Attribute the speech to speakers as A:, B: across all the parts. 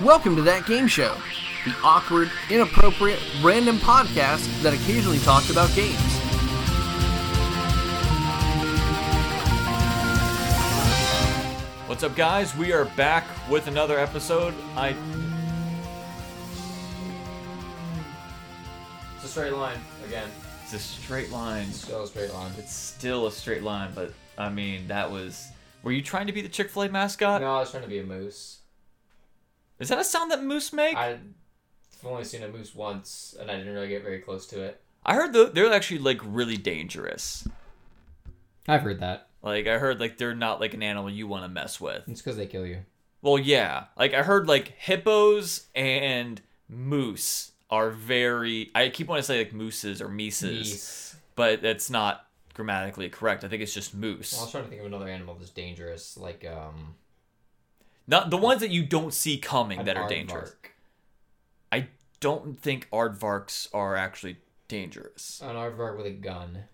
A: Welcome to That Game Show, the awkward, inappropriate, random podcast that occasionally talks about games.
B: What's up, guys? We are back with another episode. I.
C: It's a straight line again.
B: It's a straight line.
C: Still a straight line.
B: It's still a straight line, but I mean, that was. Were you trying to be the Chick Fil A
D: Uh,
B: mascot?
C: No, I was trying to be a moose.
B: Is that a sound that moose make? I,
C: I've only seen a moose once, and I didn't really get very close to it.
B: heard the, they're actually like really dangerous.
D: I've heard that.
B: Like I heard like they're not like an animal you want to mess with.
D: It's because they kill you.
B: Well, yeah. Like I heard like hippos and moose are very. I keep wanting to say like mooses or mises,
C: Geese.
B: but that's not grammatically correct. I think it's just moose.
C: Well, I was trying to think of another animal that's dangerous, like um.
B: Not the ones that you don't see coming
C: an
B: that are
C: aardvark.
B: dangerous. I don't think aardvarks are actually dangerous.
C: An aardvark with a gun.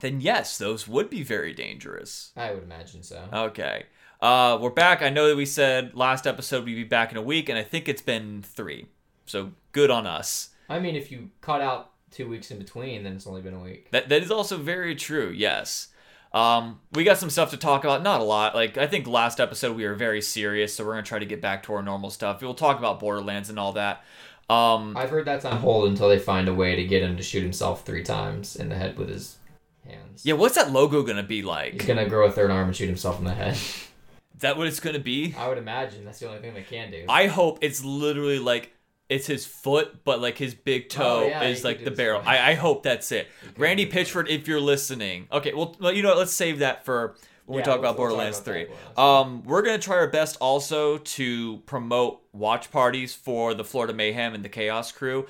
B: Then yes, those would be very dangerous.
C: I would imagine so.
B: Okay. Uh, we're back. I know that we said last episode we'd be back in a week, and I think it's been three. So good on us.
C: I mean, if you cut out two weeks in between, then it's only been a week.
B: That that is also very true. Yes. Um, we got some stuff to talk about. Not a lot. Like I think last episode we were very serious, so we're gonna try to get back to our normal stuff. We'll talk about Borderlands and all that. Um,
C: I've heard that's on hold until they find a way to get him to shoot himself three times in the head with his hands.
B: Yeah, what's that logo gonna be
C: He's
B: like?
C: gonna grow a third arm and shoot himself in the head.
B: Is that what it's gonna be?
C: I would imagine that's the only thing they can do.
B: I hope it's literally like it's his foot, but like his big toe
C: Oh, yeah,
B: is
C: you
B: like
C: could
B: the
C: do
B: barrel.
C: this one.
B: I, I hope that's it.
C: could
B: Randy
C: do this
B: Pitchford, if you're listening, okay. Well, well, you know, what, let's save that for when we
C: Yeah,
B: talk about
C: we'll- we'll talk
B: Borderlands
C: about that
B: Three.
C: Borderlands.
B: Um, we're gonna try our best also to promote watch parties for the Florida Mayhem and the Chaos Crew.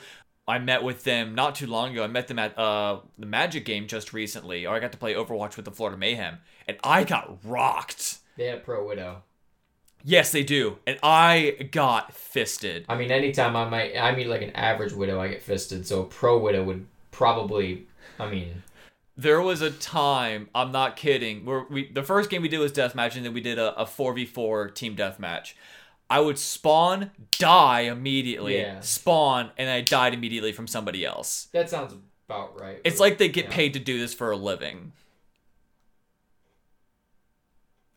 B: I met with them not too long ago. I met them at uh, the Magic game just recently, or I got to play Overwatch with the Florida Mayhem, and I got rocked.
C: They have pro widow.
B: Yes, they do. And I got fisted.
C: I mean, anytime I might, I meet like an average widow, I get fisted. So a pro widow would probably, I mean,
B: There was a time, I'm not kidding, where we the first game we did was deathmatch, and then we did a, a 4v4 team deathmatch. I would spawn, die immediately,
C: Yeah.
B: spawn, and I died immediately from somebody else.
C: that sounds about right.
B: It's like they get
C: Yeah.
B: paid to do this for a living.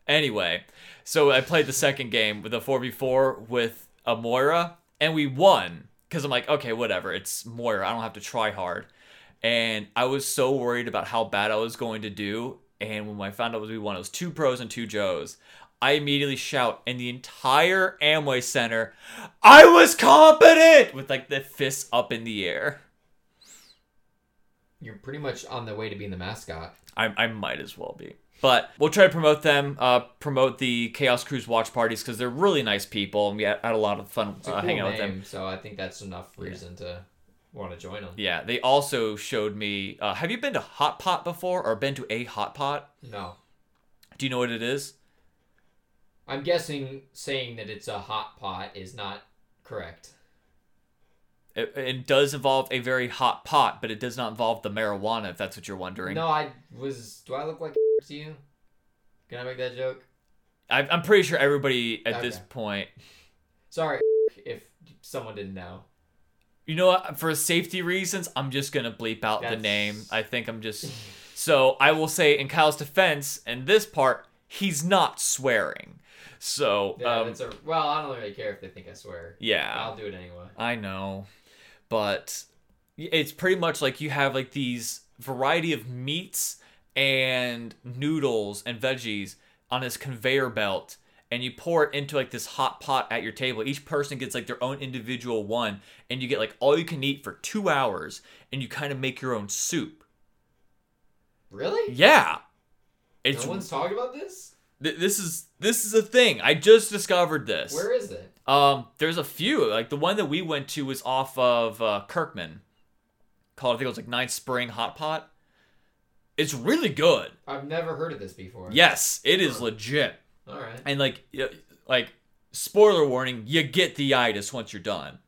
B: Anyway, so I played the second game with a 4v4 with a Moira, and we won. Because I'm like, okay, whatever. It's Moira. I don't have to try hard. And I was so worried about how bad I was going to do. And when I found out we won, it was two pros and two Joes. I immediately shout, and the entire Amway Center, I was competent! With like the fists up in the air.
C: you're pretty much on the way to being the mascot.
B: I, I might as well be. But we'll try to promote them, uh, promote the Chaos Cruise watch parties because they're really nice people, and we had, had a lot of fun
C: It's
B: uh,
C: a cool
B: hanging out with
C: name,
B: them.
C: so I think that's enough reason to want to join them.
B: Yeah, they also showed me. Uh, have you been to Hot Pot before, or been to a Hot Pot?
C: No,
B: Do you know what it is?
C: I'm guessing saying that it's a hot pot is not correct.
B: It, it does involve a very hot pot, but it does not involve the marijuana, if that's what you're wondering.
C: No, I was. Do I look like to you? Can I make that joke?
B: I, I'm pretty sure everybody at this
C: Okay.
B: point,
C: Sorry if someone didn't know.
B: you know, what, for safety reasons, I'm just gonna bleep out the
C: That's-
B: name. I think I'm just. So I will say, in Kyle's defense, in this part, he's not swearing. So
C: Yeah,
B: um,
C: that's a, well, I don't really care if they think I swear.
B: yeah,
C: I'll do it anyway.
B: I know, but it's pretty much like you have like these variety of meats and noodles and veggies on this conveyor belt and you pour it into like this hot pot at your table each person gets like their own individual one and you get like all you can eat for two hours and you kind of make your own soup
C: Really?
B: yeah it's
C: no one's talking about this.
B: th- this is this is a thing i just discovered this
C: Where is it?
B: Um, there's a few. Like the one that we went to was off of uh, Kirkman, called I think it was like Nine Spring Hot Pot. It's really good.
C: I've never heard of this before.
B: Yes, it is legit.
C: All right.
B: And like, y- like spoiler warning, you get the itis once you're done.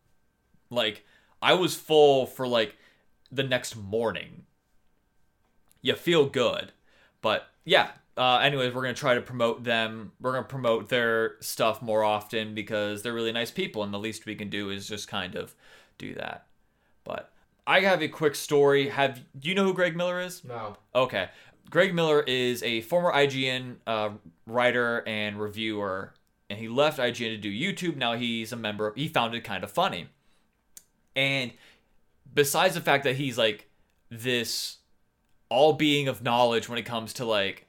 B: Like, I was full for like the next morning. You feel good, but yeah, uh, anyways, we're gonna try to promote them. We're gonna promote their stuff more often because they're really nice people, and the least we can do is just kind of do that. But I have a quick story. Have do you know who Greg Miller is?
C: No.
B: Okay. Greg Miller is a former IGN uh, writer and reviewer, and he left IGN to do YouTube. Now he's a member. He founded Kind of Funny, and besides the fact that he's like this all being of knowledge when it comes to like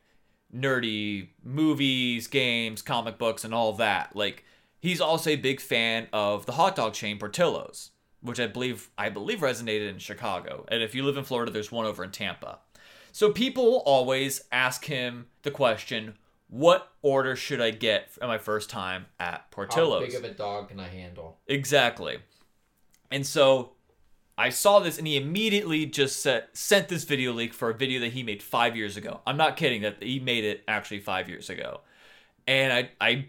B: nerdy movies, games, comic books, and all that, like he's also a big fan of the hot dog chain Portillo's, which I believe I believe resonated in Chicago. And if you live in Florida, there's one over in Tampa. So people always ask him the question, "What order should I get at my first time at
C: How
B: Portillo's?"
C: big of a dog can I handle?
B: Exactly. And so I saw this and he immediately just set, sent this video leak for a video that he made five years ago. I'm not kidding that he made it actually five years ago. And I, I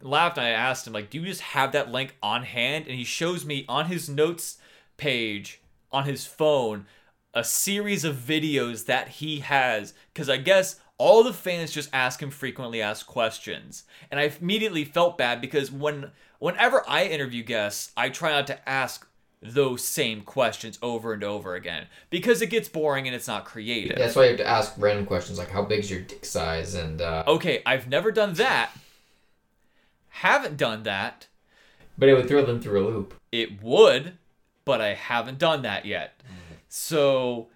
B: laughed and I asked him, like, do you just have that link on hand? And he shows me on his notes page on his phone a series of videos that he has because I guess all the fans just ask him frequently asked questions, and I immediately felt bad because when whenever I interview guests, I try not to ask those same questions over and over again because it gets boring and it's not creative.
C: That's why you have to ask random questions like how big's your dick size and uh
B: Okay, I've never done that. Haven't done that.
C: but it would throw them through a loop.
B: it would, but I haven't done that yet.
C: Mm-hmm.
B: So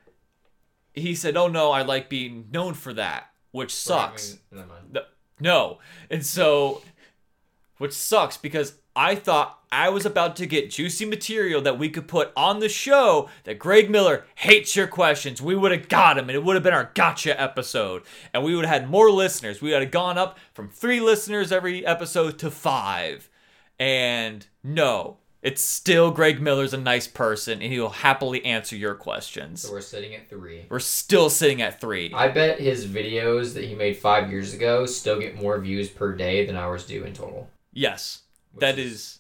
B: he said, "Oh no, I like being known for that, which sucks."
C: I mean, never mind.
B: Th- No. And so which sucks because I thought I was about to get juicy material that we could put on the show that Greg Miller hates your questions. We would have got him and it would have been our gotcha episode. And we would have had more listeners. We would have gone up from three listeners every episode to five. And no, it's still Greg Miller's a nice person and he'll happily answer your questions.
C: So we're sitting at three.
B: We're still sitting at three.
C: I bet his videos that he made five years ago still get more views per day than ours do in total.
B: Yes,
C: Which
B: that
C: is
B: is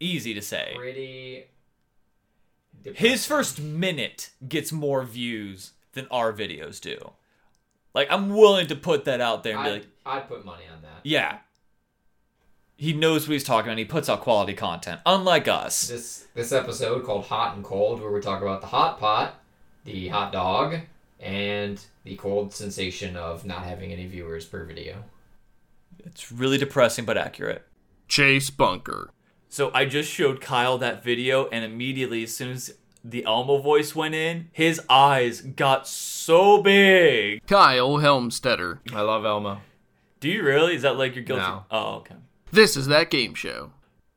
B: easy to say.
C: Pretty. depressing.
B: His first minute gets more views than our videos do. Like I'm willing to put that out there and be
C: I'd,
B: like,
C: I'd put money on that.
B: yeah. He knows what he's talking about and he puts out quality content. Unlike us.
C: This this episode called Hot and Cold, where we talk about the hot pot, the hot dog, and the cold sensation of not having any viewers per video.
B: It's really depressing but accurate.
A: Chase Bunker.
B: So I just showed Kyle that video and immediately as soon as the Elmo voice went in, his eyes got so big.
A: Kyle Helmstetter.
C: I love Elmo.
B: Do you really? Is that like your guilty?
C: No.
B: Oh, okay.
A: This is that game show.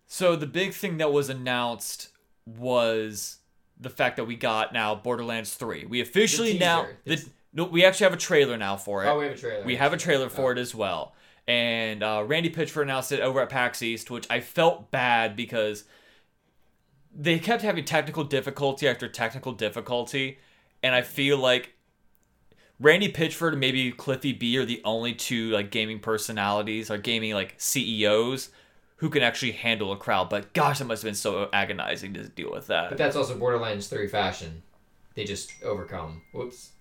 B: So the big thing that was announced was the fact that we got now Borderlands 3. We officially
C: The teaser.
B: now the,
C: It's-
B: no, we actually have a trailer now for it.
C: Oh, we have a trailer. Uh,
B: We have a trailer for it as well. And uh, Randy Pitchford announced it over at PAX East, which I felt bad because they kept having technical difficulty after technical difficulty. And I feel like Randy Pitchford and maybe Cliffy B are the only two like gaming personalities or gaming like CEOs who can actually handle a crowd. But gosh, it must have been so agonizing to deal with
C: But
B: that.
C: that's also Borderlands 3 fashion. They just overcome. Whoops.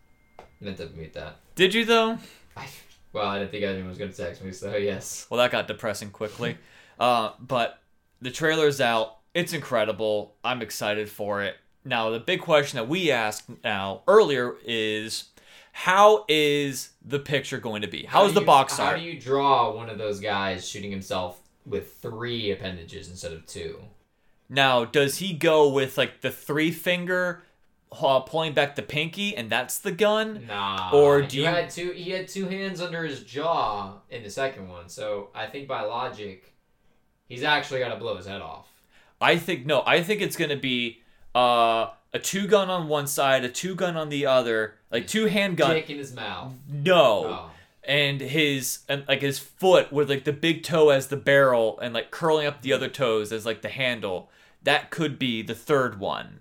C: Meant to mute that.
B: Did you though?
C: I, well, I didn't think anyone was going to text me, so yes.
B: Well, that got depressing quickly. uh, but the trailer's out. It's incredible. I'm excited for it. Now, the big question that we asked now earlier is how is the picture going to be? How's
C: do
B: the
C: you-
B: box
C: How
B: art?
C: do you draw one of those guys shooting himself with three appendages instead of two?
B: now, does he go with like the three finger uh, pulling back the pinky and that's the gun?
C: Nah.
B: Or do
C: he
B: you-
C: Had two, he had two hands under his jaw in the second one, so I think by logic, he's actually got to blow his head off.
B: I think no. I think it's going to be uh, a two gun on one side, a two gun on the other, like two handgun.
C: Dick in his mouth.
B: No.
C: Oh.
B: and his and like his foot with like the big toe as the barrel and like curling up the other toes as like the handle. That could be the third one.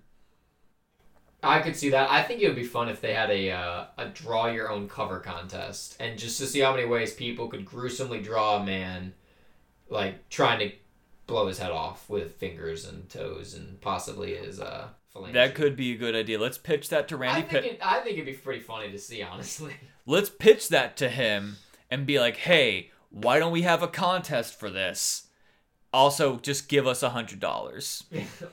C: I could see that. I think it would be fun if they had a uh, a draw your own cover contest, and just to see how many ways people could gruesomely draw a man, like trying to blow his head off with fingers and toes and possibly his uh, phalange.
B: That could be a good idea. Let's pitch that to
C: I
B: Randy
C: think,
B: Pitt.
C: it, I think it'd be pretty funny to see, honestly.
B: Let's pitch that to him and be like, hey, why don't we have a contest for this? Also, just give us a hundred dollars.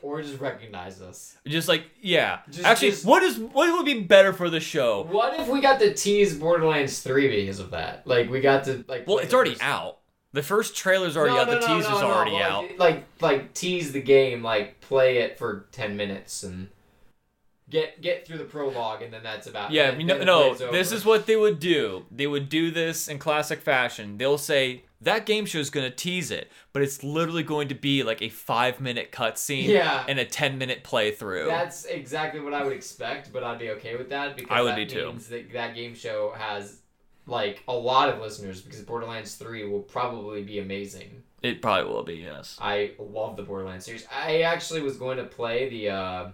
C: or just recognize us.
B: Just like, yeah.
C: Just-
B: Actually,
C: just-
B: what is what would be better for the show?
C: What if we got to tease Borderlands 3 because of that? Like, we got to, like.
B: Well,
C: play
B: it's
C: the
B: already
C: first-
B: out. The first trailer's already
C: No,
B: out.
C: no,
B: the
C: no,
B: teaser's
C: no, no,
B: already
C: like,
B: out.
C: Like, like, tease the game, like, play it for 10 minutes and. Get, get through the prologue and then that's about
B: Yeah,
C: then-
B: we no,
C: then
B: no
C: it's over.
B: this is what they would do. They would do this in classic fashion. They'll say that game show is going to tease it, but it's literally going to be like a five minute cutscene
C: Yeah.
B: and a 10 minute playthrough.
C: That's exactly what I would expect, but I'd be okay with that because
B: I would
C: that
B: be too.
C: means that that game show has like a lot of listeners because Borderlands Three will probably be amazing.
B: it probably will be, yes.
C: I love the Borderlands series. I actually was going to play the, uh,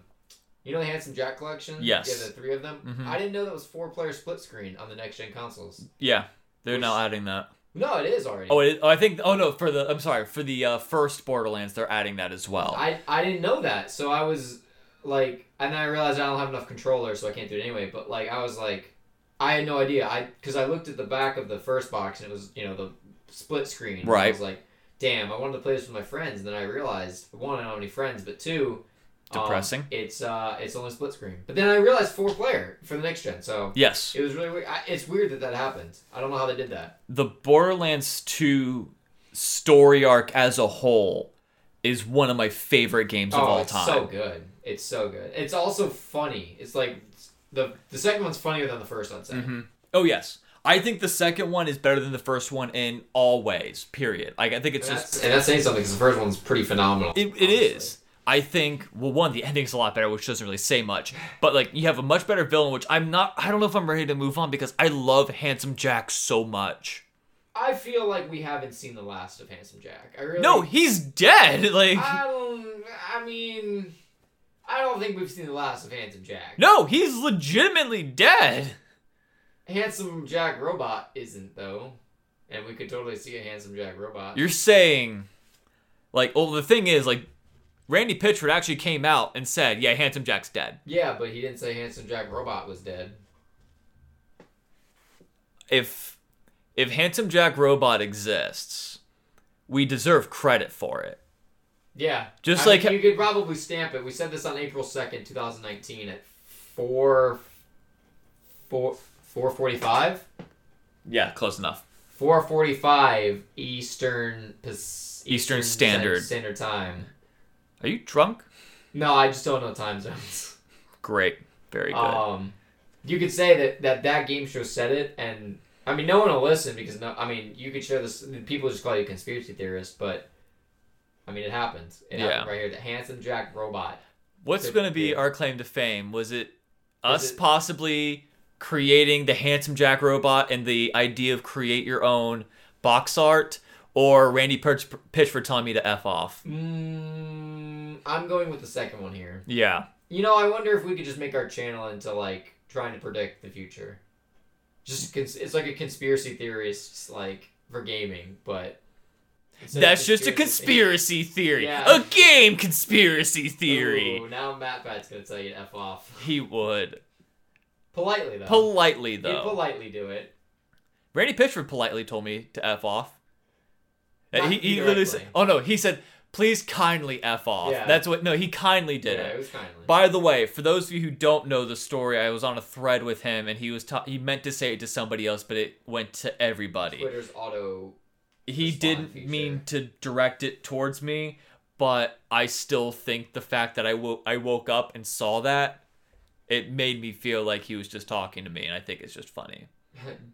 C: you know, the Handsome Jack collection.
B: Yes.
C: Yeah, the three of them.
B: Mhm.
C: I didn't know that was four player split screen on the next gen consoles.
B: Yeah, they're now
C: Which-
B: adding that.
C: No, it is already.
B: Oh, it, oh, I think, oh no, for the, I'm sorry, for the uh, first Borderlands, they're adding that as well.
C: I I didn't know that, so I was like, and then I realized I don't have enough controllers, so I can't do it anyway. But like, I was like, I had no idea. I because I looked at the back of the first box and it was you know the split screen. and I
B: Right.
C: was like, damn, I wanted to play this with my friends, and then I realized one, I don't have any friends, but two. um,
B: Depressing.
C: it's uh, it's only split screen. But then I realized four player for the next gen, so
B: yes.
C: it was really weird. I, it's weird that that happened. I don't know how they did that.
B: the Borderlands 2 story arc as a whole is one of my favorite games of all
C: Oh, it's
B: time.
C: so good. It's so good. It's also funny. It's like the the second one's funnier than the first one.
B: Oh yes. I think the second one is better than the first one in all ways. Period. Like I think it's
C: And that's,
B: just
C: and that's saying something because the first one's pretty phenomenal.
B: it, it
C: honestly.
B: is. I think well one the ending's a lot better, which doesn't really say much. But like you have a much better villain, which I'm not. I don't know if I'm ready to move on because I love Handsome Jack so much.
C: I feel like we haven't seen the last of Handsome Jack. I really Ah.
B: No, he's dead. Like
C: I don't. I mean, I don't think we've seen the last of Handsome Jack.
B: no, he's legitimately dead.
C: Handsome Jack robot isn't though, and we could totally see a Handsome Jack robot.
B: You're saying, like, well, the thing is, like, Randy Pitchford actually came out and said, yeah, Handsome Jack's dead.
C: yeah, but he didn't say Handsome Jack robot was dead.
B: If if Handsome Jack Robot exists, we deserve credit for it.
C: Yeah.
B: Just
C: I mean,
B: like-
C: you could probably stamp it. We said this on April second, two thousand nineteen, at four, four, four forty-five,
B: Yeah, close enough.
C: four forty-five Eastern Pas-
B: Eastern Standard.
C: Standard Time.
B: Are you drunk?
C: No, I just don't know time zones.
B: Great. Very good.
C: Um, you could say that, that that game show said it, and I mean, no one will listen because no. I mean, you could share this. People just call you a conspiracy theorist, but I mean, it happened. It
B: Yeah.
C: happened right here. The handsome Jack robot.
B: What's
C: could
B: going to be
C: be.
B: our claim to fame? Was it us
C: it-
B: possibly creating the Handsome Jack Robot and the idea of create your own box art? Or Randy Pitch- Pitchford telling me to F off?
C: Mm, I'm going with the second one here.
B: Yeah.
C: You know, I wonder if we could just make our channel into like trying to predict the future. Just cons- it's like a conspiracy theorist like for gaming, but instead of
B: That's just a
C: theory-
B: conspiracy theory.
C: Yeah.
B: A game conspiracy theory.
C: Ooh, now Matt Pat's gonna tell you to f off
B: He would.
C: politely though.
B: Politely,
C: You
B: though.
C: politely do it.
B: Randy Pitchford politely told me to F off. Uh,
C: Not
B: He, he
C: you
B: literally
C: directly.
B: said, oh no, he said, please kindly F off.
C: Yeah.
B: That's what, no, he kindly did
C: yeah,
B: it.
C: it was kindly.
B: By the way, for those of you who don't know the story, I was on a thread with him and he was ta- he meant to say it to somebody else, but it went to everybody.
C: Twitter's auto.
B: he
C: respond
B: didn't
C: feature.
B: mean to direct it towards me, but I still think the fact that I wo- I woke up and saw that, it made me feel like he was just talking to me, and I think it's just funny.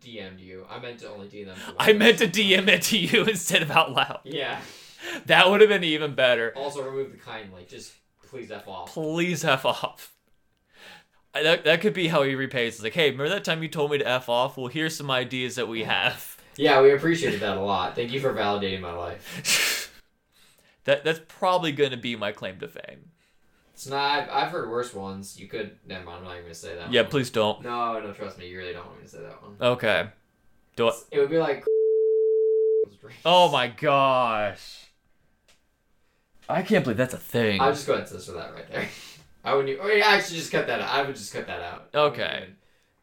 C: DM'd you. I meant to only DM them. to
B: I
C: one
B: meant to
C: person.
B: DM it to you instead of out loud.
C: Yeah.
B: That would have been even better.
C: Also remove the kindly. Just please f off.
B: Please f off. I- That, that could be how he repays. It's like, hey, remember that time you told me to f off? Well, here's some ideas that we have.
C: Yeah, we appreciated that a lot. Thank you for validating my life.
B: that that's probably gonna be my claim to fame.
C: It's not. I've, I've heard worse ones. You could. Never mind. I'm not even gonna say that.
B: Yeah,
C: one.
B: please don't.
C: No, no. Trust me. You really don't want me to say that one.
B: Okay. Do I-
C: It would be like.
B: Oh my gosh. I can't believe that's a thing.
C: I'll just go ahead and censor that right there. I wouldn't. Even, oh, yeah, I should just cut that out. I would just cut that out. I wouldn't
B: Okay.
C: even-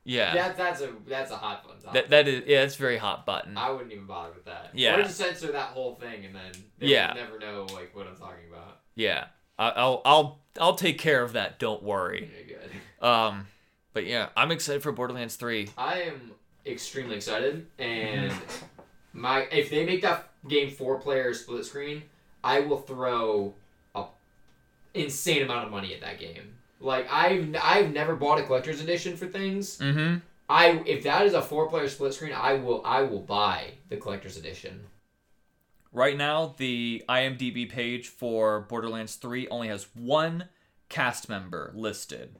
B: Yeah.
C: That that's a that's a hot fun topic.
B: That that is yeah, that's very hot button.
C: I wouldn't even bother with that.
B: Yeah.
C: Or just censor that whole thing and then they
B: Yeah.
C: would never know like what I'm talking about.
B: Yeah. I, I'll I'll I'll take care of that. Don't worry.
C: Very good.
B: Um, but yeah, I'm excited for Borderlands Three.
C: I am extremely excited, and
B: Mm.
C: my if they make that game four player split screen, I will throw a insane amount of money at that game. Like I've I've never bought a collector's edition for things.
B: Mm-hmm.
C: I if that is a four player split screen, I will I will buy the collector's edition.
B: Right now, the IMDb page for Borderlands 3 only has one cast member listed.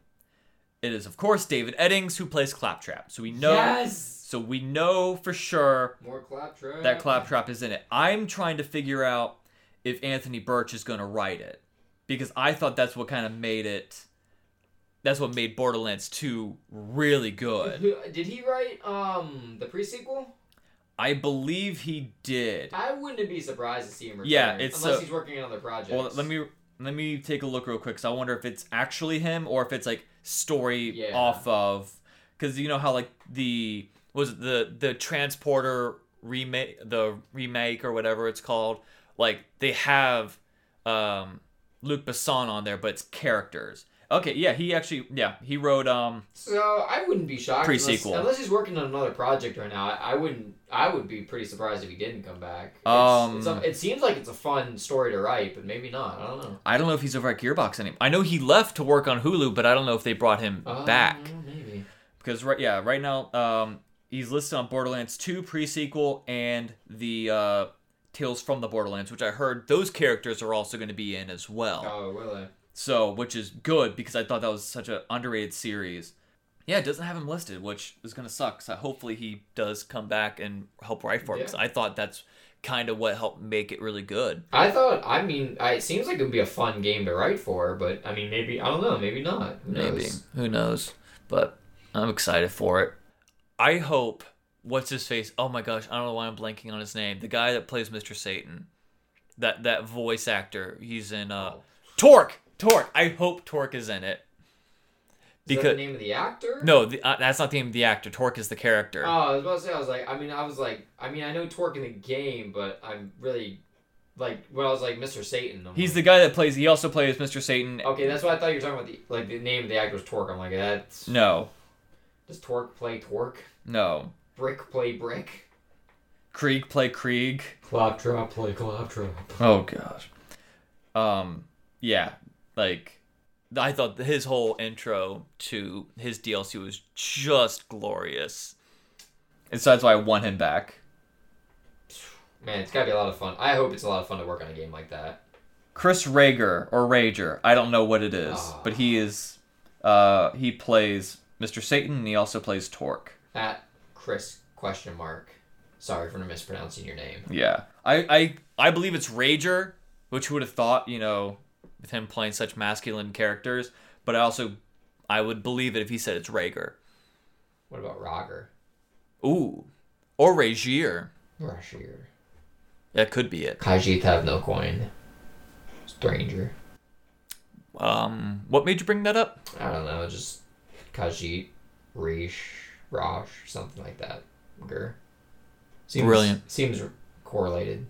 B: It is, of course, David Eddings, who plays Claptrap. So we know,
C: Yes.
B: so we know for sure
C: More claptrap.
B: that Claptrap is in it. I'm trying to figure out if Anthony Birch is going to write it because I thought that's what kind of made it. That's what made Borderlands 2 really good.
C: Who- Did he write um the pre sequel?
B: I believe he did.
C: I wouldn't be surprised to see him. Return,
B: Yeah, it's
C: unless
B: a-
C: he's working on other projects.
B: Well, let me let me take a look real quick. Cause I wonder if it's actually him or if it's like story
C: Yeah.
B: off of. Because you know how like the was it the the transporter remake the remake or whatever it's called. Like they have um Luke Besson on there, but it's characters. Okay, yeah, he actually yeah he wrote um
C: So I wouldn't be shocked unless-
B: Pre-sequel.
C: unless, he's working on another project right now. I, I wouldn't. I would be pretty surprised if he didn't come back. It's,
B: Um,
C: it's a- it seems like it's a fun story to write, but maybe not. I don't know.
B: I don't know if he's over at Gearbox anymore. I know he left to work on Hulu, but I don't know if they brought him
C: Uh,
B: back.
C: maybe.
B: because right yeah right now um he's listed on borderlands 2 prequel and the uh tales from the borderlands which i heard those characters are also going to be in as well
C: Oh, will I?
B: so which is good because i thought that was such an underrated series yeah it doesn't have him listed which is going to suck so hopefully he does come back and help write for it 'cause
C: Yeah.
B: i thought that's kind of what helped make it really good
C: I thought. I mean, I, it seems like it would be a fun game to write for, but I mean, maybe I don't know. Maybe not. Who
B: Maybe.
C: knows?
B: Who knows? But I'm excited for it. I hope what's his face? Oh my gosh, I don't know why I'm blanking on his name. The guy that plays Mr. Satan. That that voice actor. He's in uh Torque. Torque. I hope Torque is in it.
C: Is that
B: Because
C: the name of the actor?
B: no, the, uh, that's not the name of the actor. Torque is the character.
C: Oh, I was about to say. I was like. I mean, I was like. I mean, I know Torque in the game, but I'm really like when I was like Mr. Satan. I'm
B: He's
C: like,
B: the guy that plays. He also plays Mr. Satan.
C: Okay, that's why I thought you were talking about the like the name of the actor was Torque. I'm like, that's
B: No,
C: does Torque play Torque?
B: no.
C: Brick play Brick?
B: Krieg play Krieg.
C: Claptrap play Claptrap.
B: Oh gosh. Um yeah, like I thought his whole intro to his DLC was just glorious. And so that's why I want him back.
C: Man, it's gotta be a lot of fun. I hope it's a lot of fun to work on a game like that.
B: Chris Rager or Rager, I don't know what it is,
C: Ah.
B: but he is uh he plays Mr. Satan and he also plays Torque.
C: At Chris question mark. Sorry for mispronouncing your name.
B: Yeah. I I I believe it's Rager, which who would have thought, you know, with him playing such masculine characters, but I also I would believe it if he said it's Rager.
C: What about Roger?
B: Ooh. Or Ragier.
C: Rushier.
B: That could be it.
C: Khajiit have no coin. Stranger.
B: Um, what made you bring that up?
C: I don't know, just Khajiit, Rish, Rosh, something like that. Ger. Seems,
B: Brilliant.
C: Seems correlated.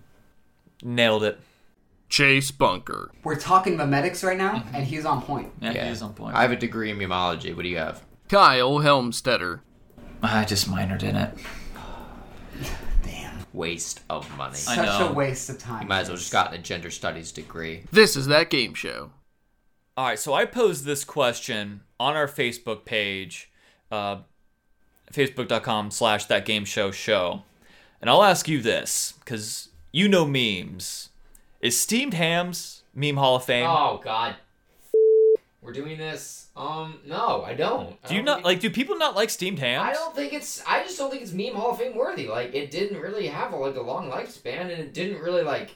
B: Nailed it.
A: Chase Bunker.
E: We're talking memetics right now,
C: Mm-hmm.
E: and he's on point.
B: Yeah,
C: Yeah.
B: he is on point.
C: I have a degree in memeology. What do you have?
A: Kyle Helmstetter.
B: I just minored in it.
E: Damn.
C: Waste of money.
B: I
E: Such
B: know.
E: a waste of time.
C: You might as well just gotten a gender studies degree.
A: This is that game show.
B: All right, so I posed this question on our Facebook page, uh, facebook.com slash that game show show. And I'll ask you this, because you know memes. Is Steamed Hams Meme Hall of Fame?
C: Oh God, we're doing this. Um, no, I don't. I
B: do you
C: don't
B: not
C: think-
B: like? Do people not like steamed hams?
C: I don't think it's. I just don't think it's meme Hall of Fame worthy. Like it didn't really have a, like a long lifespan, and it didn't really like.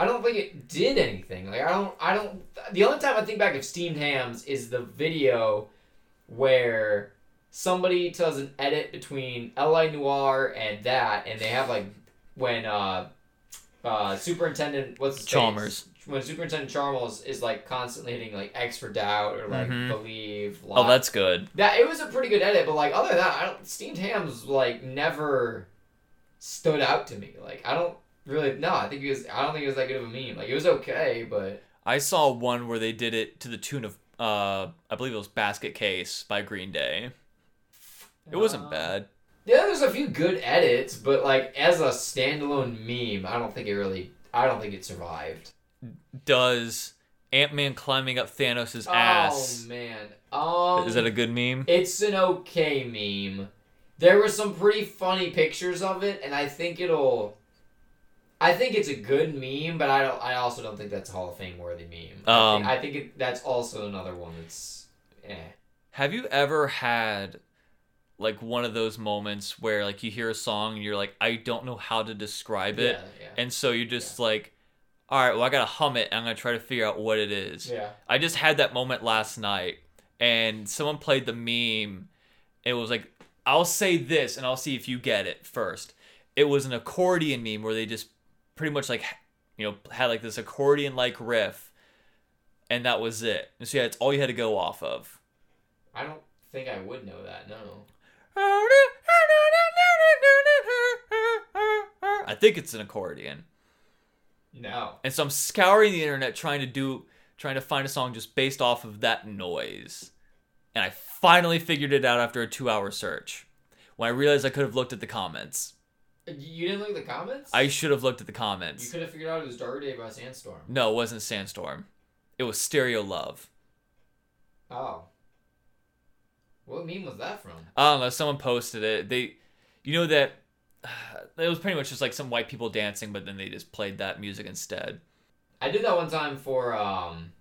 C: I don't think it did anything. Like I don't. I don't. The only time I think back of steamed hams is the video where somebody does an edit between L.A. Noir and that, and they have like when uh, uh, superintendent what's his face?
B: Chalmers.
C: when Superintendent Charmel is, is like constantly hitting like X for doubt or like
B: Mhm.
C: believe. Lie.
B: Oh, that's good.
C: that. It was a pretty good edit, but like other than that, I don't. Steamed Ham's like never stood out to me. Like I don't really. No, I think it was. I don't think it was that good of a meme. Like it was okay, but
B: I saw one where they did it to the tune of uh I believe it was Basket Case by Green Day. It wasn't
C: Uh,
B: bad.
C: Yeah, there's a few good edits, but like as a standalone meme, I don't think it really. I don't think it survived.
B: Does Ant Man climbing up Thanos' ass
C: Oh man. Um,
B: is that a good meme?
C: It's an okay meme. There were some pretty funny pictures of it, and I think it'll. I think it's a good meme, but I don't. I also don't think that's a Hall of Fame worthy meme. I
B: Um,
C: think, I think it, that's also another one that's. Eh.
B: Have you ever had like one of those moments where like you hear a song and you're like, I don't know how to describe it,
C: Yeah, yeah.
B: and so you're just like, all right, well I gotta hum it. And I'm gonna try to figure out what it is.
C: yeah.
B: I just had that moment last night, and someone played the meme. It was like, I'll say this, and I'll see if you get it first. It was an accordion meme where they just pretty much like, you know, had like this accordion like riff, and that was it. And so yeah, it's all you had to go off of.
C: I don't think I would know that. No.
B: I think it's an accordion.
C: No.
B: And so I'm scouring the internet trying to do trying to find a song just based off of that noise. And I finally figured it out after a 2-hour search. When I realized I could have looked at the comments.
C: You didn't look at the comments.
B: I should have looked at the
C: You
B: comments.
C: could have figured out it was Dark Day by Sandstorm.
B: No, it wasn't Sandstorm. It was Stereo Love.
C: Oh. What meme was that from?
B: I don't know, someone posted it. They you know that it was pretty much just like some white people dancing, but then they just played that music instead.
C: I did that one time for um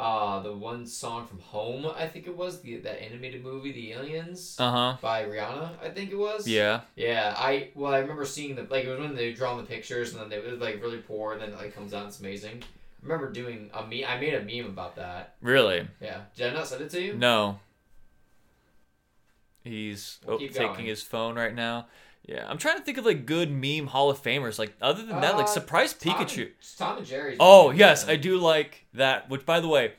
C: uh the one song from Home, I think it was, the that animated movie The Aliens
B: Uh-huh.
C: by Rihanna, I think it was.
B: Yeah.
C: Yeah, I well I remember seeing the like it was when they were drawing the pictures and then they it was like really poor and then it like comes out and it's amazing. I remember doing a meme I made a meme about that.
B: Really?
C: Yeah. Did I not send it to you?
B: No. He's
C: We'll
B: oh,
C: keep
B: taking
C: going.
B: his phone right now. Yeah, I'm trying to think of like good meme Hall of Famers. Like other than that, like
C: Uh,
B: Surprise
C: Tom-
B: Pikachu.
C: Tom and Jerry's.
B: Oh yes, I do like that. Which by the way,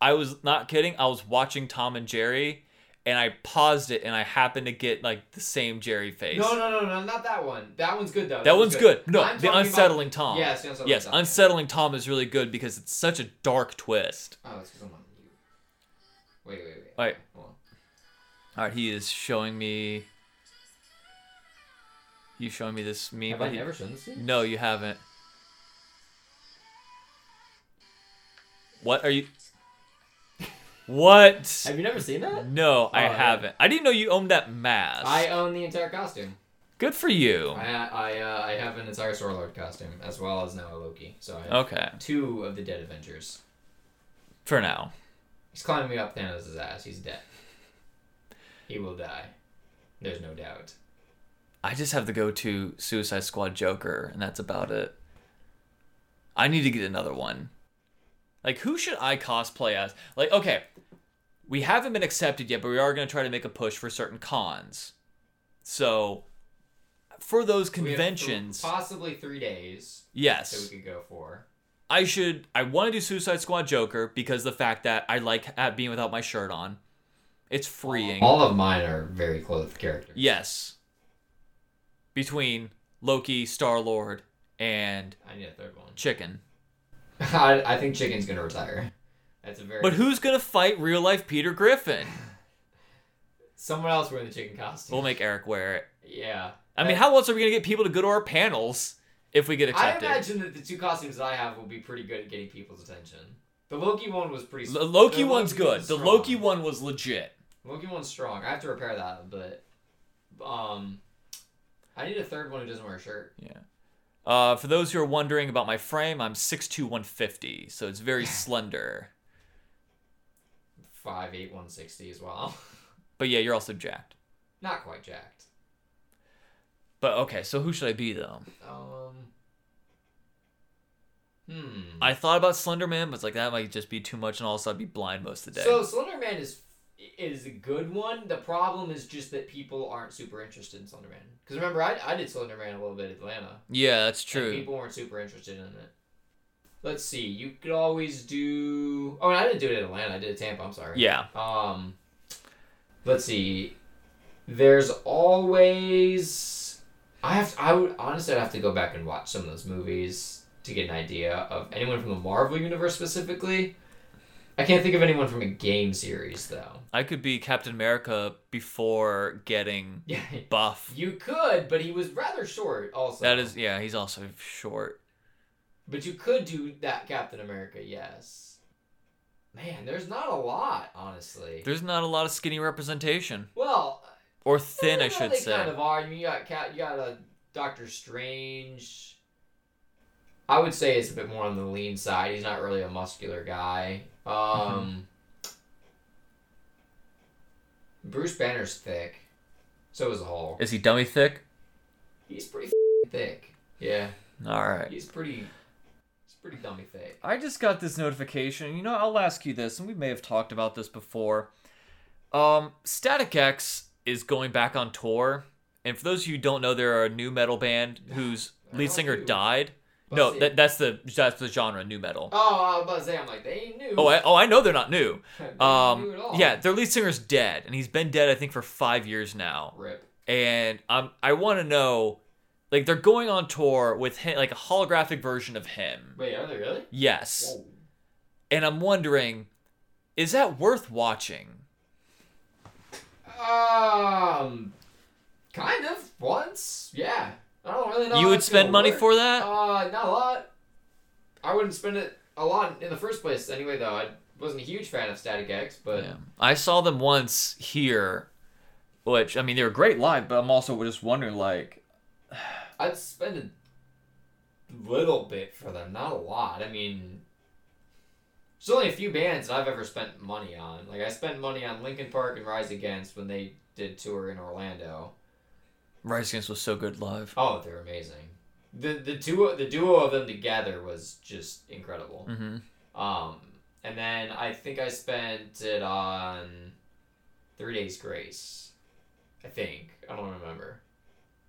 B: I was not kidding. I was watching Tom and Jerry, and I paused it, and I happened to get like the same Jerry face.
C: No, no, no, no, not that one. That one's good though.
B: That one's good. No,
C: I'm
B: the
C: talking about-
B: unsettling Tom.
C: Yes, the unsettling
B: Yes,
C: Tom.
B: unsettling Tom is really good because it's such a dark twist.
C: Oh, it's because I'm on mute. Wait, wait, wait.
B: Wait.
C: Hold on.
B: All right, he is showing me. You showing me this meme?
C: Have I
B: He-
C: never shown this to you?
B: No, you haven't. What are you? What?
C: Have you never seen that?
B: No, I
C: Oh, yeah.
B: haven't. I didn't know you owned that mask.
C: I own the entire costume.
B: Good for you.
C: I I uh, I have an entire Sword Lord costume as well as now a Loki. So I have
B: Okay,
C: two of the Dead Avengers.
B: for now.
C: He's climbing up Thanos' ass. He's dead. He will die. There's no doubt.
B: I just have the go-to Suicide Squad Joker, and that's about it. I need to get another one. Like, who should I cosplay as? Like, okay, we haven't been accepted yet, but we are going to try to make a push for certain cons. So, for those
C: We have th-
B: conventions,
C: possibly three days that we
B: yes,
C: could go for.
B: I should. I want to do Suicide Squad Joker because the fact that I like ha- being without my shirt on, it's freeing.
C: All of mine are very clothed characters.
B: Yes. Between Loki, Star Lord, and
C: I need a third one.
B: Chicken.
C: I, I think Chicken's gonna retire. That's a very.
B: But who's gonna fight real life Peter Griffin?
C: Someone else wearing the chicken costume.
B: We'll make Eric wear it.
C: yeah.
B: I mean, how else are we gonna get people to go to our panels if we get
C: I
B: accepted?
C: imagine that the two costumes that I have will be pretty good at getting people's attention. The Loki one was pretty.
B: the Loki
C: the
B: one's good.
C: was
B: The
C: strong.
B: Loki one was legit.
C: Loki one's strong. I have to repair that, but um, I need a third one who doesn't wear a shirt.
B: Uh, for those who are wondering about my frame, I'm 6'2", 150, so it's very slender.
C: Five eight one sixty as well.
B: But yeah, you're also jacked.
C: Not quite jacked.
B: But okay, so who should I be though?
C: Um. Hmm.
B: I thought about Slender Man, but it's like that might just be too much, and also I'd be blind most of the day.
C: So Slender Man is it is a good one. The problem is just that people aren't super interested in Slender Man. Because remember, I, I did Slender Man a little bit at Atlanta.
B: Yeah, that's
C: and
B: true.
C: people weren't super interested in it. Let's see. You could always do. Oh, and I didn't do it at Atlanta. I did it at Tampa. I'm sorry.
B: Yeah.
C: Um, let's see. There's always. I have. I would honestly I'd have to go back and watch some of those movies to get an idea of anyone from the Marvel universe specifically. I can't think of anyone from a game series though.
B: I could be Captain America before getting
C: Yeah,
B: buff.
C: you could, but he was rather short. Also,
B: That is, yeah, he's also short.
C: But you could do that Captain America, yes. Man, there's not a lot, honestly.
B: There's not a lot of skinny representation,
C: well,
B: or thin, I
C: know
B: should
C: they
B: say.
C: kind of are. I mean, you got Cap, you got a Doctor Strange. I would say it's a bit more on the lean side. He's not really a muscular guy. Um, Bruce Banner's thick. So is the Hulk.
B: Is he dummy thick?
C: He's pretty f- thick. Yeah,
B: All right.
C: he's pretty. He's pretty dummy thick.
B: I just got this notification. You know, I'll ask you this, and we may have talked about this before. Um, Static X is going back on tour, and for those of you who don't know, they're a new metal band whose lead
C: Oh,
B: singer
C: dude.
B: died.
C: Buzzing.
B: No, that, that's the that's the genre new metal.
C: Oh, I was about to say, I'm like, they ain't new.
B: Oh, I, oh, I know they're not new.
C: They ain't new
B: Um,
C: at all.
B: yeah, their lead singer's dead, and he's been dead I think for five years now.
C: Rip.
B: And um, I want to know, like, they're going on tour with him, like a holographic version of him.
C: Wait, are they really?
B: Yes.
C: Whoa.
B: and I'm wondering, is that worth watching?
C: Um, kind of once, yeah. I don't really know.
B: you
C: how
B: would
C: it's gonna
B: spend money
C: work.
B: for that?
C: Uh, not a lot. I wouldn't spend it a lot in the first place anyway. Though I wasn't a huge fan of Static X, but
B: Yeah. I saw them once here, which I mean they were great live, but I'm also just wondering like,
C: I'd spend a little bit for them, not a lot. I mean, there's only a few bands that I've ever spent money on. Like I spent money on Linkin Park and Rise Against when they did tour in Orlando.
B: Rise Against was so good live.
C: Oh, they're amazing. The the duo the duo of them together was just incredible.
B: Mm-hmm.
C: Um, and then I think I spent it on Three Days Grace. I think I don't remember.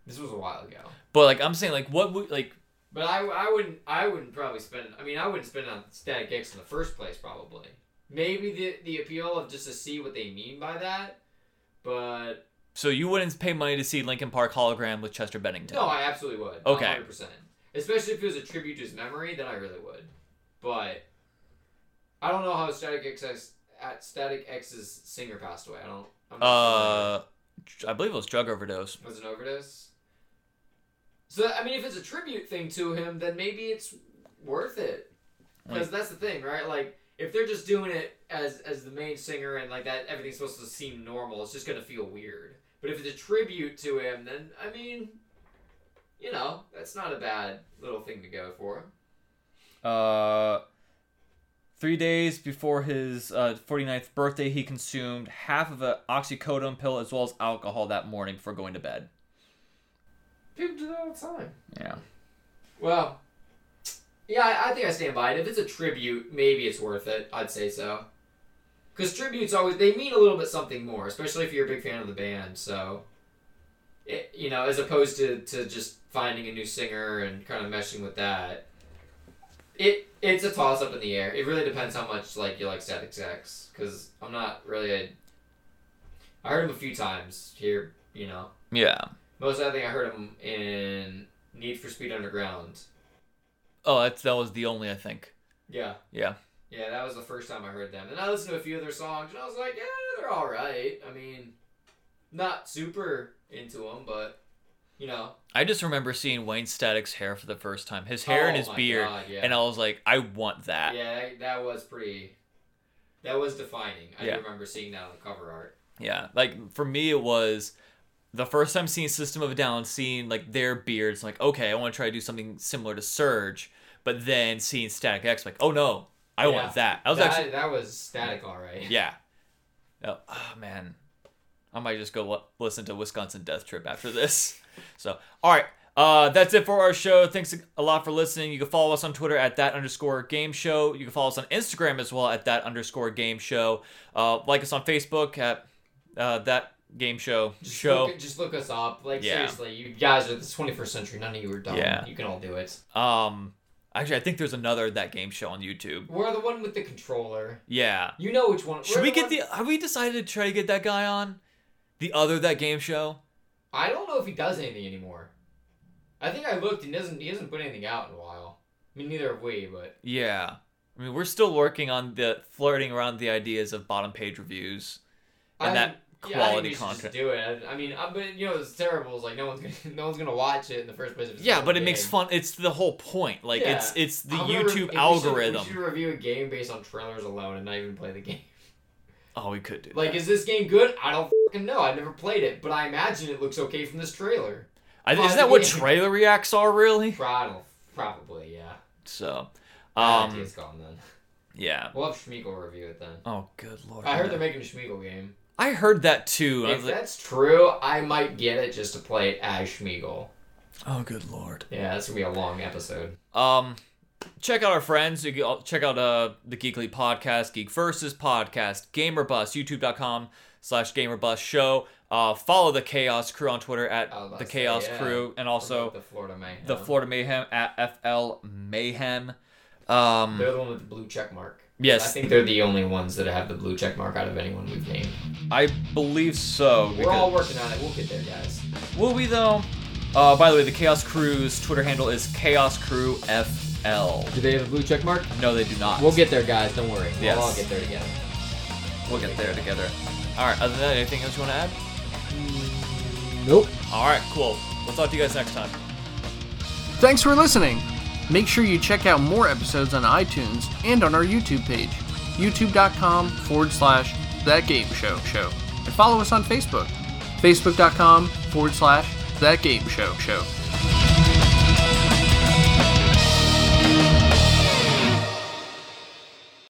C: This was a while ago.
B: But like I'm saying, like what would like
C: But I, I wouldn't I wouldn't probably spend I mean I wouldn't spend it on Static X in the first place probably. Maybe the the appeal of just to see what they mean by that. But
B: so you wouldn't pay money to see Linkin Park hologram with Chester Bennington?
C: no, I absolutely would.
B: Okay.
C: 100%. Especially if it was a tribute to his memory, then I really would. But I don't know how Static X at Static X's singer passed away. I don't I'm not familiar.
B: uh, I believe it was drug overdose.
C: was an overdose. So I mean, if it's a tribute thing to him, then maybe it's worth it. Because that's the thing, right? Like, if they're just doing it as as the main singer and like that, everything's supposed to seem normal. It's just gonna feel weird. But if it's a tribute to him, then I mean, you know, that's not a bad little thing to go for.
B: Uh, three days before his uh, 49th birthday, he consumed half of a oxycodone pill as well as alcohol that morning before going to bed.
C: People do that all the time.
B: Yeah.
C: Well, yeah, I, I think I stand by it. If it's a tribute, maybe it's worth it. I'd say so. Because tributes always they mean a little bit something more, especially if you're a big fan of the band. So, it, you know, as opposed to to just finding a new singer and kind of meshing with that. It it's a toss up in the air. It really depends how much like you like Static X. Because I'm not really a. I heard him a few times here, you know.
B: Yeah.
C: Most I think I heard him in Need for Speed Underground.
B: Oh, that's that was the only I think.
C: Yeah.
B: Yeah.
C: Yeah, that was the first time I heard them. And I listened to a few of their songs, and I was like, yeah, they're all right. I mean, not super into them, but, you know.
B: I just remember seeing Wayne Static's hair for the first time. His hair and
C: Oh
B: his
C: my
B: beard.
C: God, yeah.
B: And I was like, I want that.
C: yeah, that, that was pretty. That was defining. I
B: Yeah.
C: do remember seeing that on the cover art.
B: Yeah. Like for me it was the first time seeing System of a Down, seeing like their beards, like, okay, I want to try to do something similar to Surge, but then seeing Static X, like, oh no, I
C: Yeah.
B: want that. I was
C: that,
B: actually
C: that was static, all right.
B: Yeah. Oh, ah, man. I might just go li- listen to Wisconsin Death Trip after this. So, all right. Uh, that's it for our show. Thanks a lot for listening. You can follow us on Twitter at that underscore game show. You can follow us on Instagram as well at that underscore game show. Uh, like us on Facebook at uh, that game show
C: Just
B: show.
C: look, just look us up. Like
B: Yeah.
C: seriously, you guys are the 21st century. None of you are dumb.
B: Yeah.
C: You can all do it.
B: Um, actually, I think there's another that game show on YouTube.
C: We're the one with the controller.
B: Yeah.
C: You know which one.
B: Should
C: we're
B: we get
C: one-
B: the? Have we decided to try to get that guy on? The other that game show.
C: I don't know if he does anything anymore. I think I looked and he doesn't. He hasn't put anything out in a while. I mean, neither have we. But
B: Yeah. I mean, we're still working on the flirting around the ideas of bottom page reviews and
C: I
B: that
C: yeah, I think
B: quality
C: we should just
B: content.
C: do it. I, I mean, I, but you know, it's terrible. It's like no one's gonna, no one's gonna watch it in the first place. if it's
B: Yeah,
C: not
B: but
C: a
B: it makes
C: game.
B: fun. It's the whole point. Like
C: Yeah.
B: it's it's the
C: I'm gonna re-
B: YouTube
C: we should-
B: algorithm.
C: we should review a game based on trailers alone and not even play the game.
B: Oh, we could do. Like,
C: Like, is this game good? I don't fucking know. I've never played it, but I imagine it looks okay from this trailer.
B: I,
C: oh,
B: isn't that what
C: yeah.
B: trailer reacts are really?
C: Probably, probably yeah.
B: So,
C: I think
B: um,
C: it's gone then.
B: yeah.
C: We'll have Schmeagle review it then.
B: Oh, good lord.
C: I heard they're
B: man.
C: making a Schmeagle game.
B: I heard that too. and I
C: If
B: was like,
C: that's true, I might get it just to play it as Schmeagle.
B: oh, good lord.
C: Yeah, that's gonna be a long episode.
B: Um, check out our friends. You can all- check out uh the Geekly Podcast, Geek Versus Podcast, Gamerbus, YouTube.com slash Gamerbus Show. Uh, follow the Chaos Crew on Twitter at
C: I was about
B: the
C: to say,
B: Chaos
C: yeah.
B: Crew, and also
C: the Florida Mayhem.
B: the Florida Mayhem at FL Mayhem. Um,
C: They're the one with the blue check mark.
B: Yes.
C: I think they're the only ones that have the blue check mark out of anyone we've named.
B: I believe so.
C: We're all working on it. We'll get there, guys.
B: Will we though? Uh, by the way, the Chaos Crew's Twitter handle is Chaos Crew FL.
D: Do they have a blue check mark?
B: No, they do not.
D: We'll get there, guys. Don't worry.
B: Yes.
C: We'll all get there together.
B: We'll get there together. All right. Other than that, anything else you want to add?
D: Nope.
B: All right. Cool. We'll talk to you guys next time.
A: Thanks for listening. Make sure you check out more episodes on iTunes and on our YouTube page, youtube.com forward slash that game show show. And follow us on Facebook, facebook.com forward slash that game show show.